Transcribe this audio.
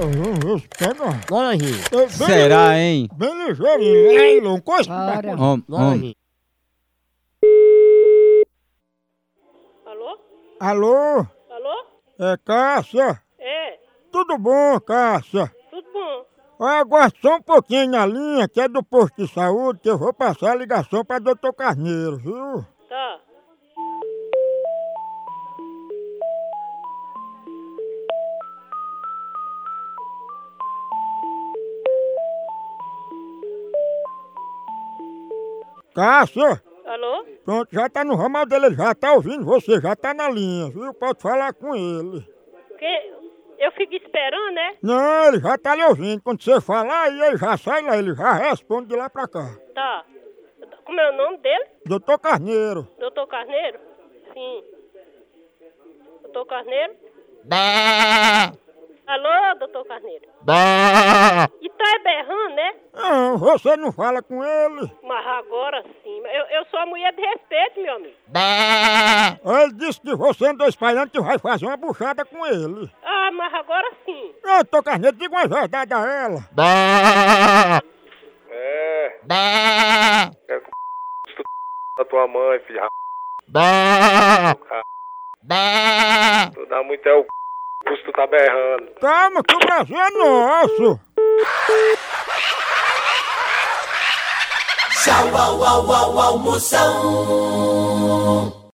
os pés na... Bora, Rio. É bem Será, hein? Bem ligeirinho, hein, Lon? Coisa Bora. Om, Bora, om. Rio. Alô? Alô? Alô? É Cássia? É, Tudo bom, Cássia? tudo bom? Olha, aguarde só um pouquinho na linha, que é do posto de saúde, que eu vou passar a ligação para doutor Carneiro, viu? Tá. Cássia? Alô? Pronto, já tá no ramal dele, ele já tá ouvindo você, já tá na linha, viu? Pode falar com ele. Que eu fico esperando, né? Não, ele já tá lhe ouvindo. Quando você falar, aí ele já sai lá, ele já responde de lá pra cá. Tá. Como é o nome dele? Doutor Carneiro. Doutor Carneiro? Sim. Doutor Carneiro? Alô, doutor Carneiro? E tá é berrando, né? Não, você não fala com ele. Mas agora sim. Eu, eu sou a mulher de respeito, meu amigo. Ele disse que você é andou espalhando que vai fazer uma buchada com ele. Ah, mas agora sim. Ô, Doutor Carneiro, diga uma verdade a ela. É. É com tu da tua mãe, filho. Tu dá muito é o c... por isso tu tá berrando. Calma, que o Brasil é nosso. Tchau, au, au, au, almoção.